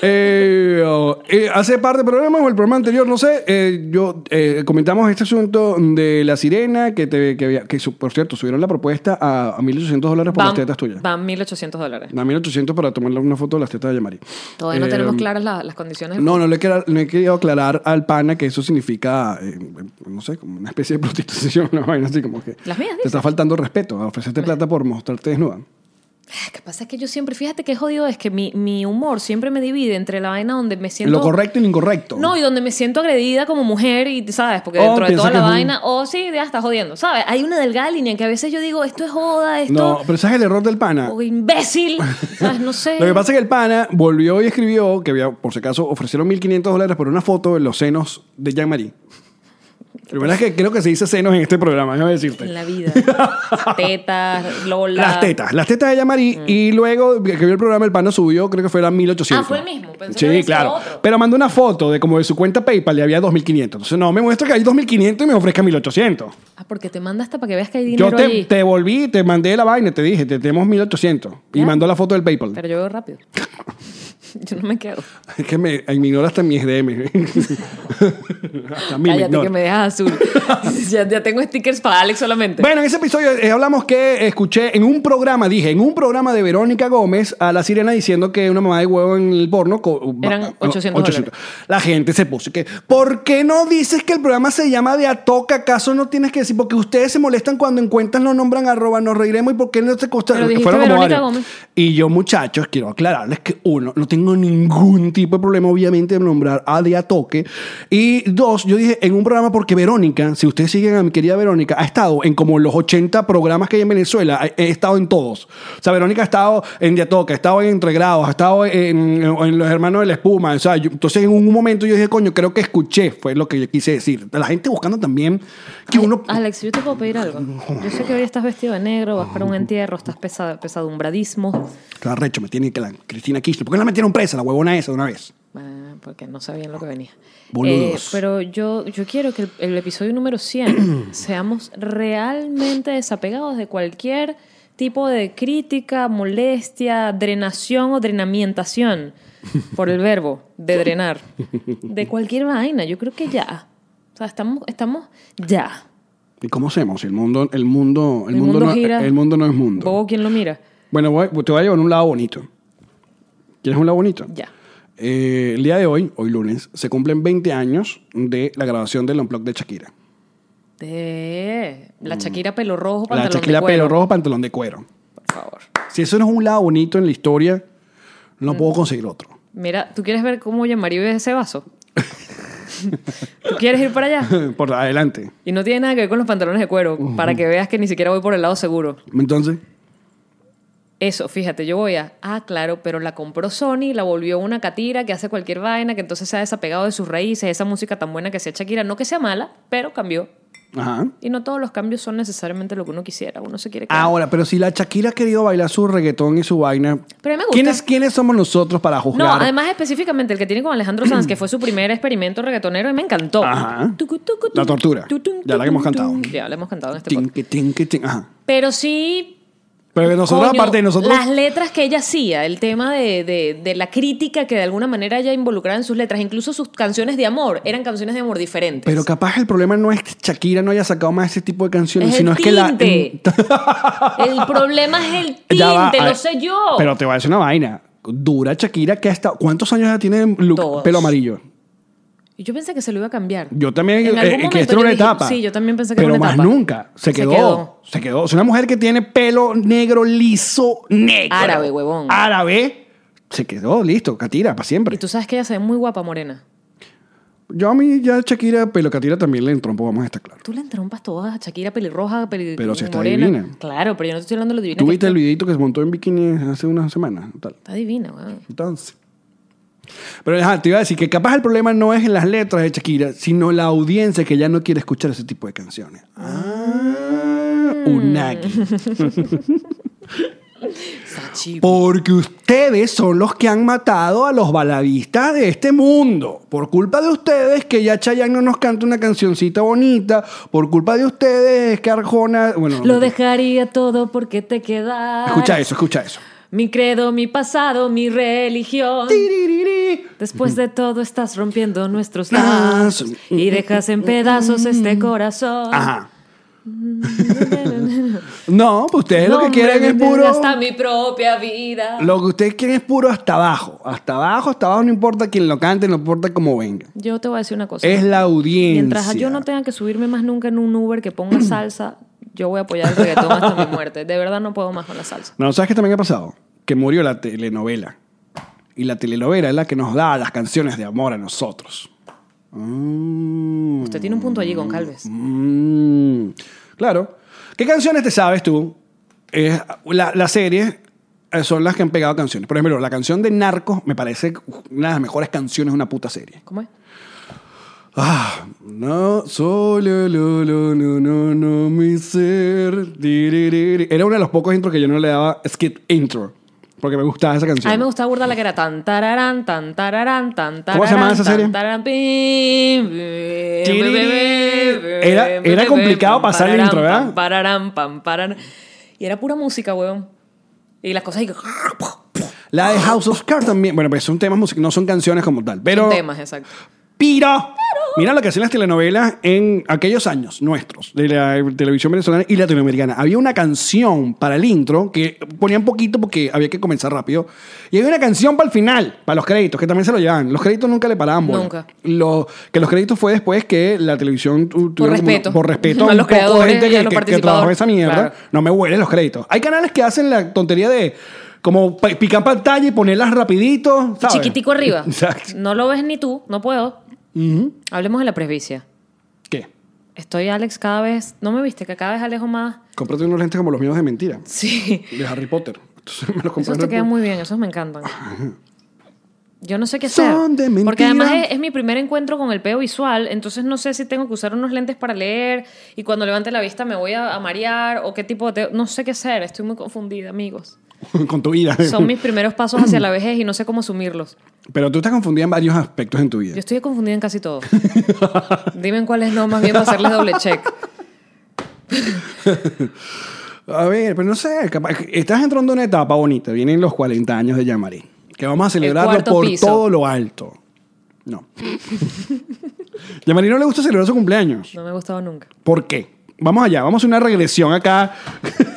Eh, oh, eh, hace parte del programa o el programa anterior, no sé, eh, yo eh, comentamos este asunto de la sirena, que, te, que, había- que su- por cierto subieron la propuesta a, a 1.800 dólares por Van, las tetas tuyas. van 1.800 dólares. A 1.800 para tomarle una foto de las tetas de Yamari. Todavía no Eh, tenemos claras la- las condiciones. No, no le, he quera- no he querido aclarar al pana que eso significa, eh, no sé, como una especie de prostitución, una vaina así como que... Las mías, Te está faltando respeto a ofrecerte plata por mostrarte desnuda. Lo que pasa es que yo siempre, fíjate que jodido es que mi, mi humor siempre me divide entre la vaina donde me siento... Lo correcto y lo incorrecto. No, y donde me siento agredida como mujer y, ¿sabes? Porque Oh, dentro de piensa toda que la es un- vaina, o sí, ya está jodiendo, ¿sabes? Hay una delgada línea en que a veces yo digo, esto es joda, esto... No, pero ¿sabes el error del pana? O imbécil, ¿sabes? No sé. Lo que pasa es que el pana volvió y escribió que había, por si acaso, ofrecieron 1.500 dólares por una foto de los senos de Jean-Marie. Lo verdad es que creo que se dice senos en este programa, déjame En decirte. la vida. Tetas, Lola. Las tetas, las tetas de Jean-Marie. Y luego que vio el programa, el pana subió, creo que fue a 1.800. Mm. Ah, fue el mismo, pensé que sí, había sido claro. otro. Pero mandó una foto de como de su cuenta PayPal y había 2.500. Entonces, no, me muestra que hay 2.500 y me ofrezca 1.800. Ah, porque te manda hasta para que veas que hay dinero Yo te, allí. te volví, te mandé la vaina, te dije, te tenemos 1.800. Y Claro. mandó la foto del PayPal. Pero yo veo rápido. yo no me quedo. Es que me ignora hasta mis DM. hasta mí me Cállate ignora. que me dejas azul. ya, ya tengo stickers para Alex solamente. Bueno, en ese episodio eh, hablamos que escuché en un programa, dije, en un programa de Verónica Gómez a la sirena diciendo que una mamá de huevo en el porno. co- Eran va- 800 La gente se puso que, ¿por qué no dices que el programa se llama de Atoca? ¿Acaso no tienes que decir? Porque ustedes se molestan cuando en cuentas lo nombran arroba, nos reiremos y ¿por qué no te costa? Pero dijiste Fueron como Verónica varios. Gómez. Y yo, muchachos, quiero aclararles que, uno, no tengo ningún tipo de problema, obviamente, de nombrar a De Toque. Y dos, yo dije en un programa, porque Verónica, si ustedes siguen a mi querida Verónica, ha estado en como los 80 programas que hay en Venezuela, he, he estado en todos. O sea, Verónica ha estado en De Toque, ha estado en Entregrados, ha estado en, en Los Hermanos de la Espuma. O sea, yo- entonces en un momento yo dije, coño, creo que escuché, fue lo que yo quise decir. La gente buscando también que uno. Alex, yo te puedo pedir algo. Yo sé que hoy estás vestido de negro, vas para un entierro, estás pesa- pesadumbradismo. Está recho, me tiene que la Cristina Kirchner. ¿Por qué no la metieron presa, la huevona esa, de una vez? Ah, porque no sabían lo que venía. Boludos. Eh, pero yo, yo quiero que el, el episodio número 100 seamos realmente desapegados de cualquier tipo de crítica, molestia, drenación o drenamientación por el verbo de drenar. De cualquier vaina. Yo creo que ya. O sea, estamos, estamos ya. ¿Y cómo hacemos? El mundo, el mundo, el, El mundo, mundo no, gira. Oh. el mundo no es mundo. Bobo, ¿quién lo mira? Bueno, voy- te voy a llevar a un lado bonito. ¿Quieres un lado bonito? Ya. Eh, el día de hoy, hoy lunes, se cumplen 20 años de la grabación del Unplugged de Shakira. De la Shakira pelo rojo, Mm. La pantalón de Shakira cuero. pelo rojo, pantalón de cuero. Por favor. Si eso no es un lado bonito en la historia, no Mm. puedo conseguir otro. Mira, ¿tú quieres ver cómo Yamari bebe ese vaso? ¿Tú quieres ir para allá? Por adelante. Y no tiene nada que ver con los pantalones de cuero, para que veas que ni siquiera voy por el lado seguro. Entonces, Eso, fíjate, yo voy a, ah, claro, pero la compró Sony, la volvió una catira que hace cualquier vaina, que entonces se ha desapegado de sus raíces, esa música tan buena que hacía Shakira, no que sea mala, pero cambió. ajá. Y no todos los cambios son necesariamente lo que uno quisiera, uno se quiere cambiar. Ahora, pero si la Shakira ha querido bailar su reggaetón y su vaina, Pero a mí me gusta. ¿quiénes, ¿quiénes somos nosotros para No, juzgar? además específicamente el que tiene con Alejandro Sanz, que fue su primer experimento reggaetonero y me encantó. Ajá. Tucu, tucu, La tucu, tortura. tucu, Ya la tucu, hemos tucu. cantado. Ya la hemos cantado en este podcast. Tinque, tinque, tin- ajá. Pero sí. Pero que nosotros, coño, aparte de nosotros, Las letras que ella hacía, el tema de, de- de la crítica que de alguna manera ella involucraba en sus letras, incluso sus canciones de amor, eran canciones de amor diferentes. pero capaz el problema no es que Shakira no haya sacado más ese tipo de canciones, es el sino es que la... tinte. el problema es el tinte, Ya va, a lo ver, sé yo. Pero te voy a decir una vaina. Dura Shakira que hasta... ¿Cuántos años ya tiene look Todos. pelo amarillo? Y yo pensé que se lo iba a cambiar. Yo también, En eh, algún que momento esto era yo una dije, etapa. Sí, yo también pensé que Pero era una más etapa. nunca. Se quedó, se quedó. Es una mujer que tiene pelo negro, liso, negro. Árabe, huevón. Árabe. Se quedó, listo, Catira, para siempre. Y tú sabes que ella se ve muy guapa morena. Yo a mí ya Shakira, pero Catira también le entrompo, vamos a estar claro. Tú le entrompas todas a Shakira pelirroja, pelirroja. Pero si está divina. Claro, pero yo no te estoy hablando de lo divina. ¿Tú que viste está. el videito que se montó en bikini hace unas semanas? Tal. Está divina, weón. Entonces. Pero ajá, te iba a decir que capaz el problema no es en las letras de Shakira, sino la audiencia que ya no quiere escuchar ese tipo de canciones. Ah, Mm. Unagi. Sachi. Porque ustedes son los que han matado a los baladistas de este mundo. Por culpa de ustedes que ya Chayanne no nos canta una cancioncita bonita. Por culpa de ustedes que Arjona... Bueno, Lo no- dejaría todo porque te quedas. Escucha eso, escucha eso. Mi credo, mi pasado, mi religión. Tiririri. Después de todo estás rompiendo nuestros Lazos. lazos y dejas en pedazos este corazón. Mm, Ajá. No, pues ustedes lo que Nombre quieren de es Dios, puro... Hasta mi propia vida. Lo que ustedes quieren es puro hasta abajo. Hasta abajo, hasta abajo, no importa quién lo cante, no importa cómo venga. Yo te voy a decir una cosa. Es la audiencia. Mientras yo no tenga que subirme más nunca en un Uber que ponga salsa, yo voy a apoyar el reggaetón hasta mi muerte. De verdad no puedo más con la salsa. No, ¿sabes qué también ha pasado? Que murió la telenovela. Y la telenovela es la que nos da las canciones de amor a nosotros. Mm, Usted tiene un punto allí, Goncalves. mm. Claro. ¿Qué canciones te sabes tú? Eh, la, la serie eh, son las que han pegado canciones. Por ejemplo, la canción de Narcos me parece una de las mejores canciones de una puta serie. ¿Cómo es? Ah, no, solo, lo, lo, no, no, no, mi ser. Tiririri. Era uno de los pocos intros que yo no le daba skip intro. Porque me gustaba esa canción. A mí me gustaba burda la que era tan tararán, tan tararán, tan tararán. ¿Cómo se llamaba esa tan serie? tararán, pim, bim, Tiriri. bim, bim, Era- bim, era bim, complicado pam, pasar el pararán, intro, ¿verdad? pam, pararán, pam, pararán. Y era pura música, weón. Y las cosas ahí que- La de House of Cards también. Bueno, pues son temas musicales, no son canciones como tal. Pero. Son temas, exacto. Piro. Mira lo que hacían las telenovelas en aquellos años nuestros, de la televisión venezolana y latinoamericana. Había una canción para el intro que ponían poquito porque había que comenzar rápido. Y había una canción para el final, para los créditos, que también se lo llevaban. Los créditos nunca le paraban. bola. Nunca. Lo- que los créditos fue después que la televisión tu- tuvieron como- respeto. por respeto a, A un los poco de creadores gente y que, a los que- que participadores. trabajó en esa mierda. Claro. No me huelen los créditos. Hay canales que hacen la tontería de como pa- picar pantalla y ponerlas rapidito. ¿sabes? Chiquitico arriba. Exacto. No lo ves ni tú, no puedo. Hablemos de la presbicia. ¿Qué? Estoy, Alex, cada vez. ¿No me viste? Que cada vez alejo más. Cómprate unos lentes como los míos de mentira. Sí. De Harry Potter. Entonces me los compré. Esos en te Harry quedan muy Potter. bien, esos me encantan. Yo no sé qué hacer. Son de porque mentira. además es, es mi primer encuentro con el peo visual, entonces no sé si tengo que usar unos lentes para leer y cuando levante la vista me voy a, a marear o qué tipo de... No sé qué hacer, estoy muy confundida, amigos. Con tu vida. Son mis primeros pasos hacia la vejez y no sé cómo asumirlos. Pero tú estás confundida en varios aspectos en tu vida. Yo estoy confundida en casi todo. Dime en cuáles no, más bien para hacerles doble check. A ver, pero no sé. capaz- estás entrando en una etapa bonita. Vienen los 40 años de Yamari. Que vamos a celebrarlo cuarto por piso. todo lo alto. No. Y a María no le gusta celebrar su cumpleaños. No me ha gustado nunca. ¿Por qué? Vamos allá, vamos a una regresión acá.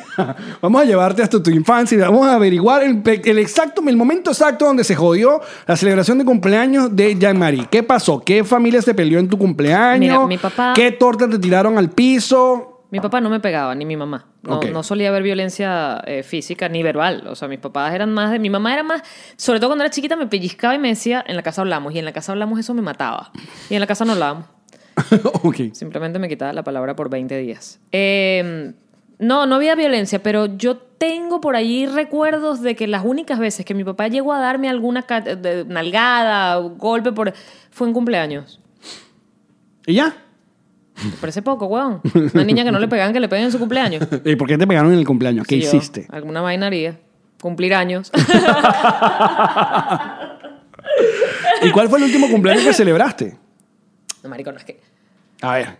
vamos a llevarte hasta tu infancia y vamos a averiguar el, pe- el exacto, el momento exacto donde se jodió la celebración de cumpleaños de Jean-Marie. ¿Qué pasó? ¿Qué familia se peleó en tu cumpleaños? Mira, mi papá- ¿Qué torta te tiraron al piso? Mi papá no me pegaba, ni mi mamá. No, Ok. no solía haber violencia eh, física ni verbal. O sea, mis papás eran más de. Mi mamá era más. Sobre todo cuando era chiquita me pellizcaba y me decía, en la casa hablamos. Y en la casa hablamos eso me mataba. Y en la casa no hablábamos. ok. Simplemente me quitaba la palabra por 20 días. Eh, no, no había violencia, pero yo tengo por allí recuerdos de que las únicas veces que mi papá llegó a darme alguna ca- de- nalgada, o golpe, por, fue en cumpleaños. ¿Y ya? ¿Te parece poco, weón? Una niña que no le pegan, que le peguen en su cumpleaños. ¿Y por qué te pegaron en el cumpleaños? ¿Qué Sí, yo, hiciste? alguna vaina haría. Cumplir años. ¿Y cuál fue el último cumpleaños que celebraste? no, marico, no es que... A ver.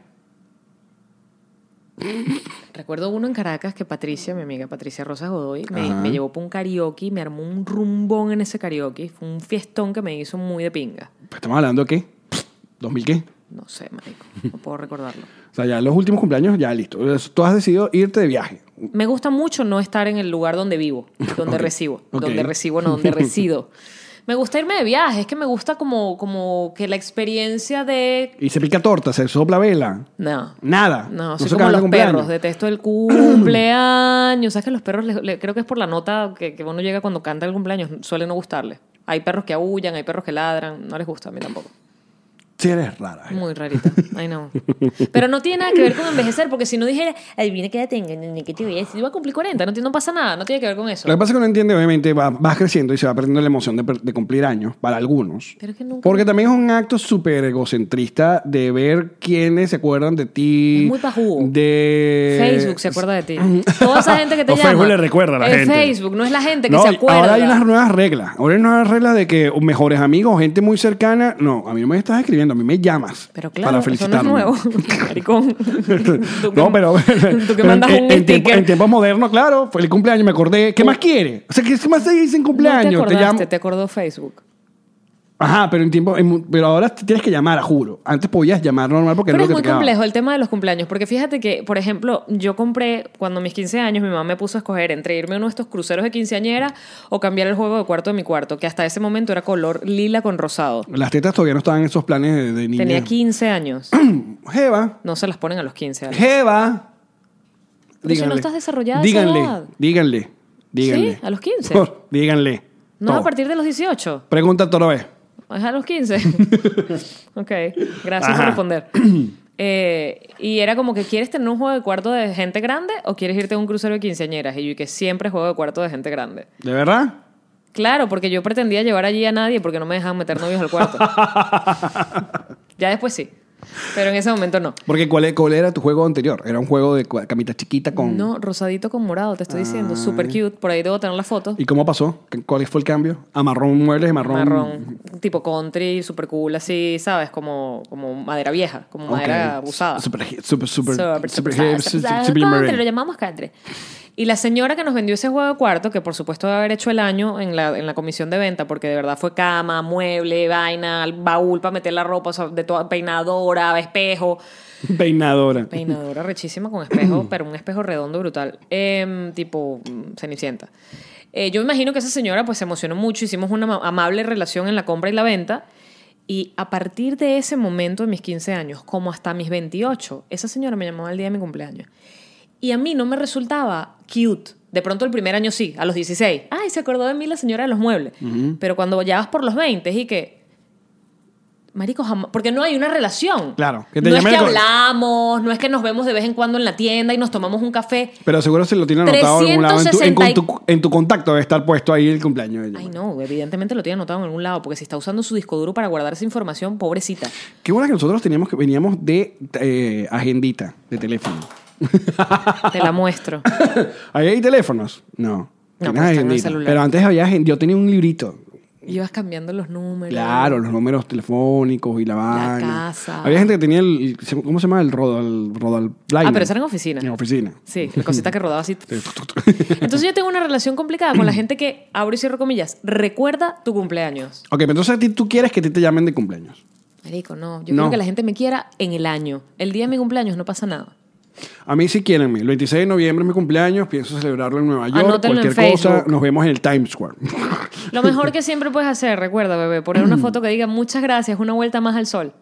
Recuerdo uno en Caracas que Patricia, mi amiga Patricia Rosas Godoy, me, Ajá. me llevó para un karaoke, me armó un rumbón en ese karaoke. Fue un fiestón que me hizo muy de pinga. pues estamos hablando de qué? ¿2000 qué? No sé, marico. No puedo recordarlo. O sea, ya los últimos cumpleaños, ya listo. Tú has decidido irte de viaje. Me gusta mucho no estar en el lugar donde vivo, donde recibo, Ok. donde recibo, no, donde resido. Me gusta irme de viaje, es que me gusta como, como que la experiencia de... Y se pica torta, se sopla vela. No. Nada. No, se soy como cambia los cumpleaños. perros, detesto el cumpleaños. ¿Sabes que los perros, le- le- creo que es por la nota que, que uno llega cuando canta el cumpleaños, suele no gustarle? Hay perros que aullan, hay perros que ladran, no les gusta a mí tampoco. Sí, eres rara. eh. Muy rarita, ay no. Pero no tiene nada que ver con envejecer, porque si no dijera, adivina qué edad tengo, ni qué te voy a decir, voy a cumplir 40, no, tiene- no pasa nada, no tiene que ver con eso. Lo que pasa es que uno entiende, obviamente, va- vas creciendo y se va perdiendo la emoción de, per- de cumplir años para algunos. Pero es que nunca- Porque también es un acto súper egocentrista de ver quiénes se acuerdan de ti. Es muy pajugo. De. Facebook se acuerda de ti. Toda esa gente que te eh, O llama. Facebook le recuerda a la Es gente. Facebook, no es la gente que No, se acuerda. Ahora hay unas nuevas reglas. Ahora hay nuevas reglas de que mejores amigos, gente muy cercana. No, a mí no me estás escribiendo, a mí me llamas. Pero claro, para eso no es felicitarme. nuevo. Maricón. Tú que- No, pero, Tú que pero mandas en, un en tiempo- sticker. Uh. en tiempos modernos, claro, fue el cumpleaños, me acordé. ¿Qué más quiere? O sea, ¿qué más se dice en cumpleaños? No te acordaste, llamo- te acordó Facebook. Ajá, pero en tiempo, en- pero ahora te tienes que llamar, a juro. Antes podías llamar normal porque Pero no es te muy tocaba. complejo el tema de los cumpleaños, porque fíjate que, por ejemplo, yo compré, cuando a mis 15 años, mi mamá me puso a escoger entre irme a uno de estos cruceros de quinceañera o cambiar el juego de cuarto de mi cuarto, que hasta ese momento era color lila con rosado. Las tetas todavía no estaban en esos planes de, de niña. Tenía 15 años. Jeva, No se las ponen a los 15 años. Jeva. Pero si no estás desarrollada a esa Díganle, edad. díganle, díganle. Sí, a los 15. Por- díganle. No, Todo. a partir de los 18. Pregunta otra vez. Es a los 15. ok, gracias Ajá. por responder. Eh, y era como que quieres tener un juego de cuarto de gente grande o quieres irte a un crucero de quinceañeras. Y yo que siempre juego de cuarto de gente grande. ¿De verdad? Claro, porque yo pretendía llevar allí a nadie porque no me dejaban meter novios al cuarto. ya después sí. Pero en ese momento no. Porque ¿cuál, e- cuál era tu juego anterior? Era un juego de cua- camita chiquita con. No, rosadito con morado, te estoy diciendo. Súper cute. Por ahí debo tener la foto. Ah. ¿Y cómo pasó? ¿Qué- ¿Cuál fue el cambio? A marrón muebles y marrón. marrón, tipo country, super cool, así, ¿sabes? Como, como madera vieja, como Ok. madera abusada. Super, super, super, Sobre- super, sobre- super, super- sobre- super- country, lo llamamos country. Y la señora que nos vendió ese juego de cuarto, que por supuesto debe haber hecho el año en la, en la comisión de venta, porque de verdad fue cama, mueble, vaina, baúl para meter la ropa, o sea, de toda, peinadora, espejo. Peinadora. Peinadora rechísima con espejo, pero un espejo redondo brutal. Em, tipo mm, Cenicienta. Eh, yo me imagino que esa señora pues se emocionó mucho, hicimos una ama- amable relación en la compra y la venta. Y a partir de ese momento, de mis 15 años, como hasta mis 28, esa señora me llamaba el día de mi cumpleaños. Y a mí no me resultaba cute. De pronto el primer año sí, a los 16. Ay, se acordó de mí la señora de los muebles. Pero cuando ya vas por los 20 y que... Marico, jamás, porque no hay una relación. Claro, que te no es llamen que con- hablamos, no es que nos vemos de vez en cuando en la tienda y nos tomamos un café. Pero seguro se lo tiene anotado en algún lado. En tu, en, con 360 y- tu, en tu contacto debe estar puesto ahí el cumpleaños. de ella. Ay, no, evidentemente lo tiene anotado en algún lado, porque si está usando su disco duro para guardar esa información, pobrecita. Qué bueno que nosotros teníamos que veníamos de eh, agendita, de teléfono. Te la muestro. ¿Ahí hay teléfonos? No. No, pero Tenías está en el agendita. celular. Pero antes había agen- yo tenía un librito. Ibas cambiando los números. Claro, los números telefónicos y la vaina. casa. Había gente que tenía el, el- ¿cómo se llama? El rodal, rodal Ah, pero eso era en oficina. En oficina. Sí, la cosita que rodaba así. Entonces yo tengo una relación complicada con la gente que, abro y cierro comillas, recuerda tu cumpleaños. Ok, pero entonces a ti tú quieres que a ti te llamen de cumpleaños. Marico, no. Yo No. quiero que la gente me quiera en el año. El día de mi cumpleaños no pasa nada. A mí sí quieren, el 26 de noviembre es mi cumpleaños, pienso celebrarlo en Nueva York, Anótenlo en cualquier cosa, Facebook. nos vemos en el Times Square. Lo mejor que siempre puedes hacer, recuerda, bebé, poner una foto que diga muchas gracias, una vuelta más al sol.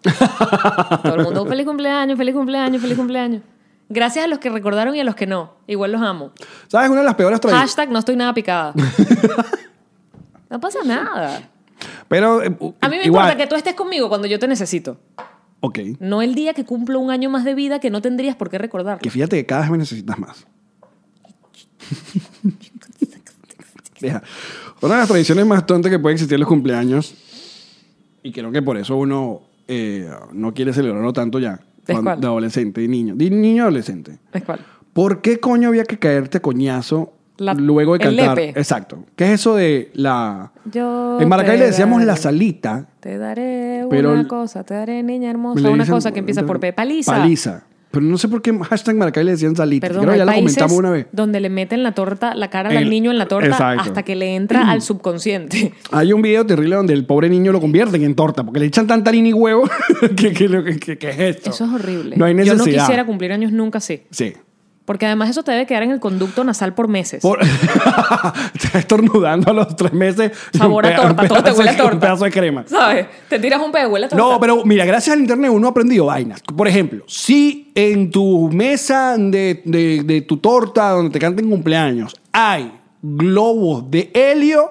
Todo el mundo, feliz cumpleaños, feliz cumpleaños, feliz cumpleaños. Gracias a los que recordaron y a los que no. Igual los amo. ¿Sabes? Una de las peores tradiciones. Hashtag no estoy nada picada. No pasa nada. Pero eh, u- A mí me igual, importa que tú estés conmigo cuando yo te necesito. Ok. No el día que cumplo un año más de vida que no tendrías por qué recordar. Que fíjate que cada vez me necesitas más. Deja. Una de las tradiciones más tontas que puede existir en los cumpleaños, y creo que por eso uno eh, no quiere celebrarlo tanto ya, ¿Es cuando- cuál? de adolescente y niño. Di niño y adolescente. Es cual. ¿Por qué coño había que caerte coñazo La- luego de el cantar? lepe. Exacto. ¿Qué es eso de la. Yo en Maracay te le decíamos daré. la salita. Te daré Pero- una cosa, te daré niña hermosa, Le una dicen- cosa que empieza por P. Paliza. Paliza. Pero no sé por qué hashtag Maracay le decían salita. Perdón, Creo que hay ya lo países comentamos una vez. donde le meten la torta, la cara al El- niño en la torta exacto. hasta que le entra al subconsciente. Hay un video terrible donde el pobre niño lo convierten en torta porque le echan tanta harina y huevo que, que, lo- que- que- que es esto. Eso es horrible. No hay necesidad. Yo no quisiera cumplir años nunca así. Sí. Porque además eso te debe quedar en el conducto nasal por meses. Por... Está estornudando a los tres meses. Sabor a Un pe- torta, un todo te pedazo huele a de- torta. Un pedazo de crema. ¿Sabes? Te tiras un pedo, huele a torta. No, pero mira, gracias al internet uno ha aprendido vainas. Por ejemplo, si en tu mesa de, de- de tu torta donde te canten cumpleaños hay globos de helio,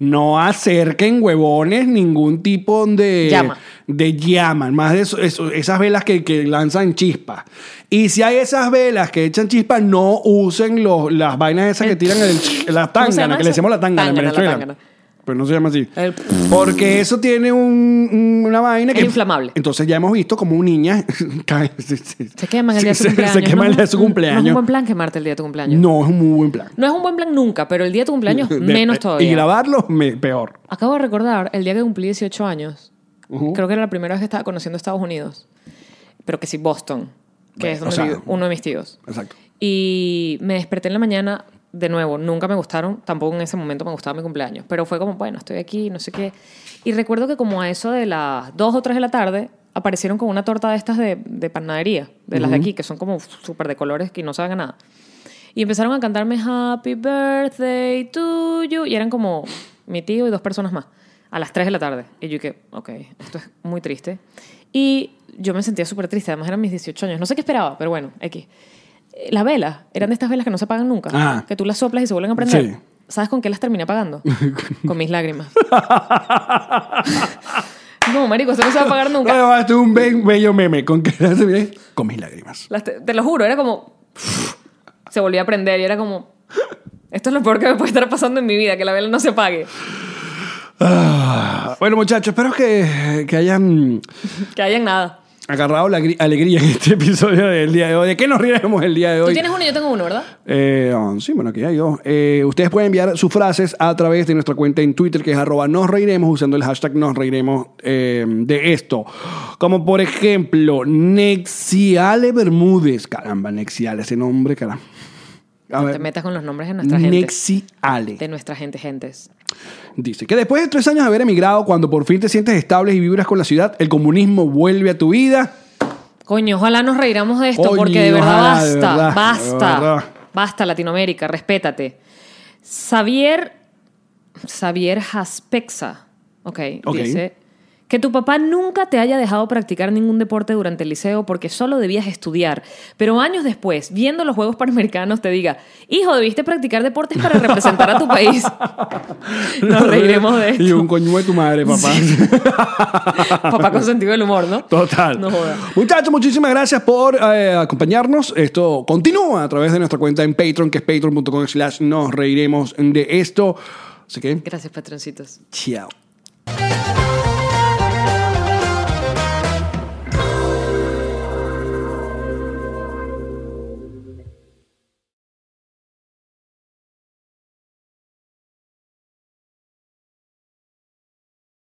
no acerquen huevones ningún tipo de Llama. De llama, más de eso- eso- esas velas que, que lanzan chispas. Y si hay esas velas que echan chispas, no usen los- las vainas esas que tiran el, la ¿Cómo se llama tángana, que eso? le decimos la tángana, en Tángana, la Venezuela. tángana. Pero no se llama así. El- Porque eso tiene un- un- una vaina que... Es inflamable. Entonces ya hemos visto como niñas cae- se, se- Se queman el día de su se- se cumpleaños. queman el No, día de su no, No es un cumpleaños. buen plan quemarte el día de tu cumpleaños. No es un muy buen plan. No es un buen plan nunca, pero el día de tu cumpleaños De- menos eh, todavía. Y grabarlo, me- peor. Acabo de recordar el día que cumplí 18 años. Ujú. Creo que era la primera vez que estaba conociendo Estados Unidos. Pero que sí, Boston, que Bueno, es donde o sea- vive uno de mis tíos. Exacto. Y me desperté en la mañana, de nuevo, nunca me gustaron, tampoco en ese momento me gustaba mi cumpleaños, pero fue como, bueno, estoy aquí, no sé qué. Y recuerdo que como a eso de las 2 o 3 de la tarde, aparecieron con una torta de estas de, de panadería, de las de aquí, que son como súper de colores que no saben a nada. Y empezaron a cantarme Happy Birthday to you. Y eran como mi tío y dos personas más. A las 3 de la tarde. Y yo que, ok, esto es muy triste. Y yo me sentía súper triste. Además eran mis 18 años. No sé qué esperaba, pero bueno, X. Eh, Las velas. Eran de estas velas que no se apagan nunca. Ah. Que tú las soplas y se vuelven a prender. Sí. ¿Sabes con qué las terminé apagando? con mis lágrimas. no, marico, eso no se va a apagar nunca. Luego, este es un be- bello meme con que se ve con mis lágrimas. Las te, te lo juro, era como. Se volvió a prender y era como. Esto es lo peor que me puede estar pasando en mi vida, que la vela no se apague. Ah, Bueno, muchachos, espero que, que hayan Que hayan nada. agarrado la gri- alegría en este episodio del día de hoy. ¿De qué nos riremos el día de hoy? Tú tienes uno y yo tengo uno, ¿verdad? Eh, ah, sí, bueno, aquí hay dos. Eh, ustedes pueden enviar sus frases a través de nuestra cuenta en Twitter, que es arroba nos reiremos, usando el hashtag nos reiremos eh, de esto. Como por ejemplo, Nexiale Bermúdez. Caramba, Nexiale, ese nombre, caramba. A No ver, te metas con los nombres de nuestra gente. Nexiale. De nuestra gente, gentes. Dice que después de tres años de haber emigrado, cuando por fin te sientes estable y vibras con la ciudad, el comunismo vuelve a tu vida. Coño, ojalá nos reiramos de esto, Coño, porque de verdad ojalá, basta, de verdad, basta. de verdad. Basta, Latinoamérica, respétate. Xavier. Xavier Jaspexa. Ok. ok. Dice. Que tu papá nunca te haya dejado practicar ningún deporte durante el liceo porque solo debías estudiar. Pero años después, viendo los Juegos Panamericanos, te diga, hijo, debiste practicar deportes para representar a tu país. Nos reiremos de esto. Y un coño de tu madre, papá. Papá con sentido del humor, ¿no? Total. No joda. Muchachos, muchísimas gracias por eh, acompañarnos. Esto continúa a través de nuestra cuenta en Patreon, que es patreon.com slash nos reiremos de esto. Así que, Gracias, patroncitos. chao. Nos reiremos de esto.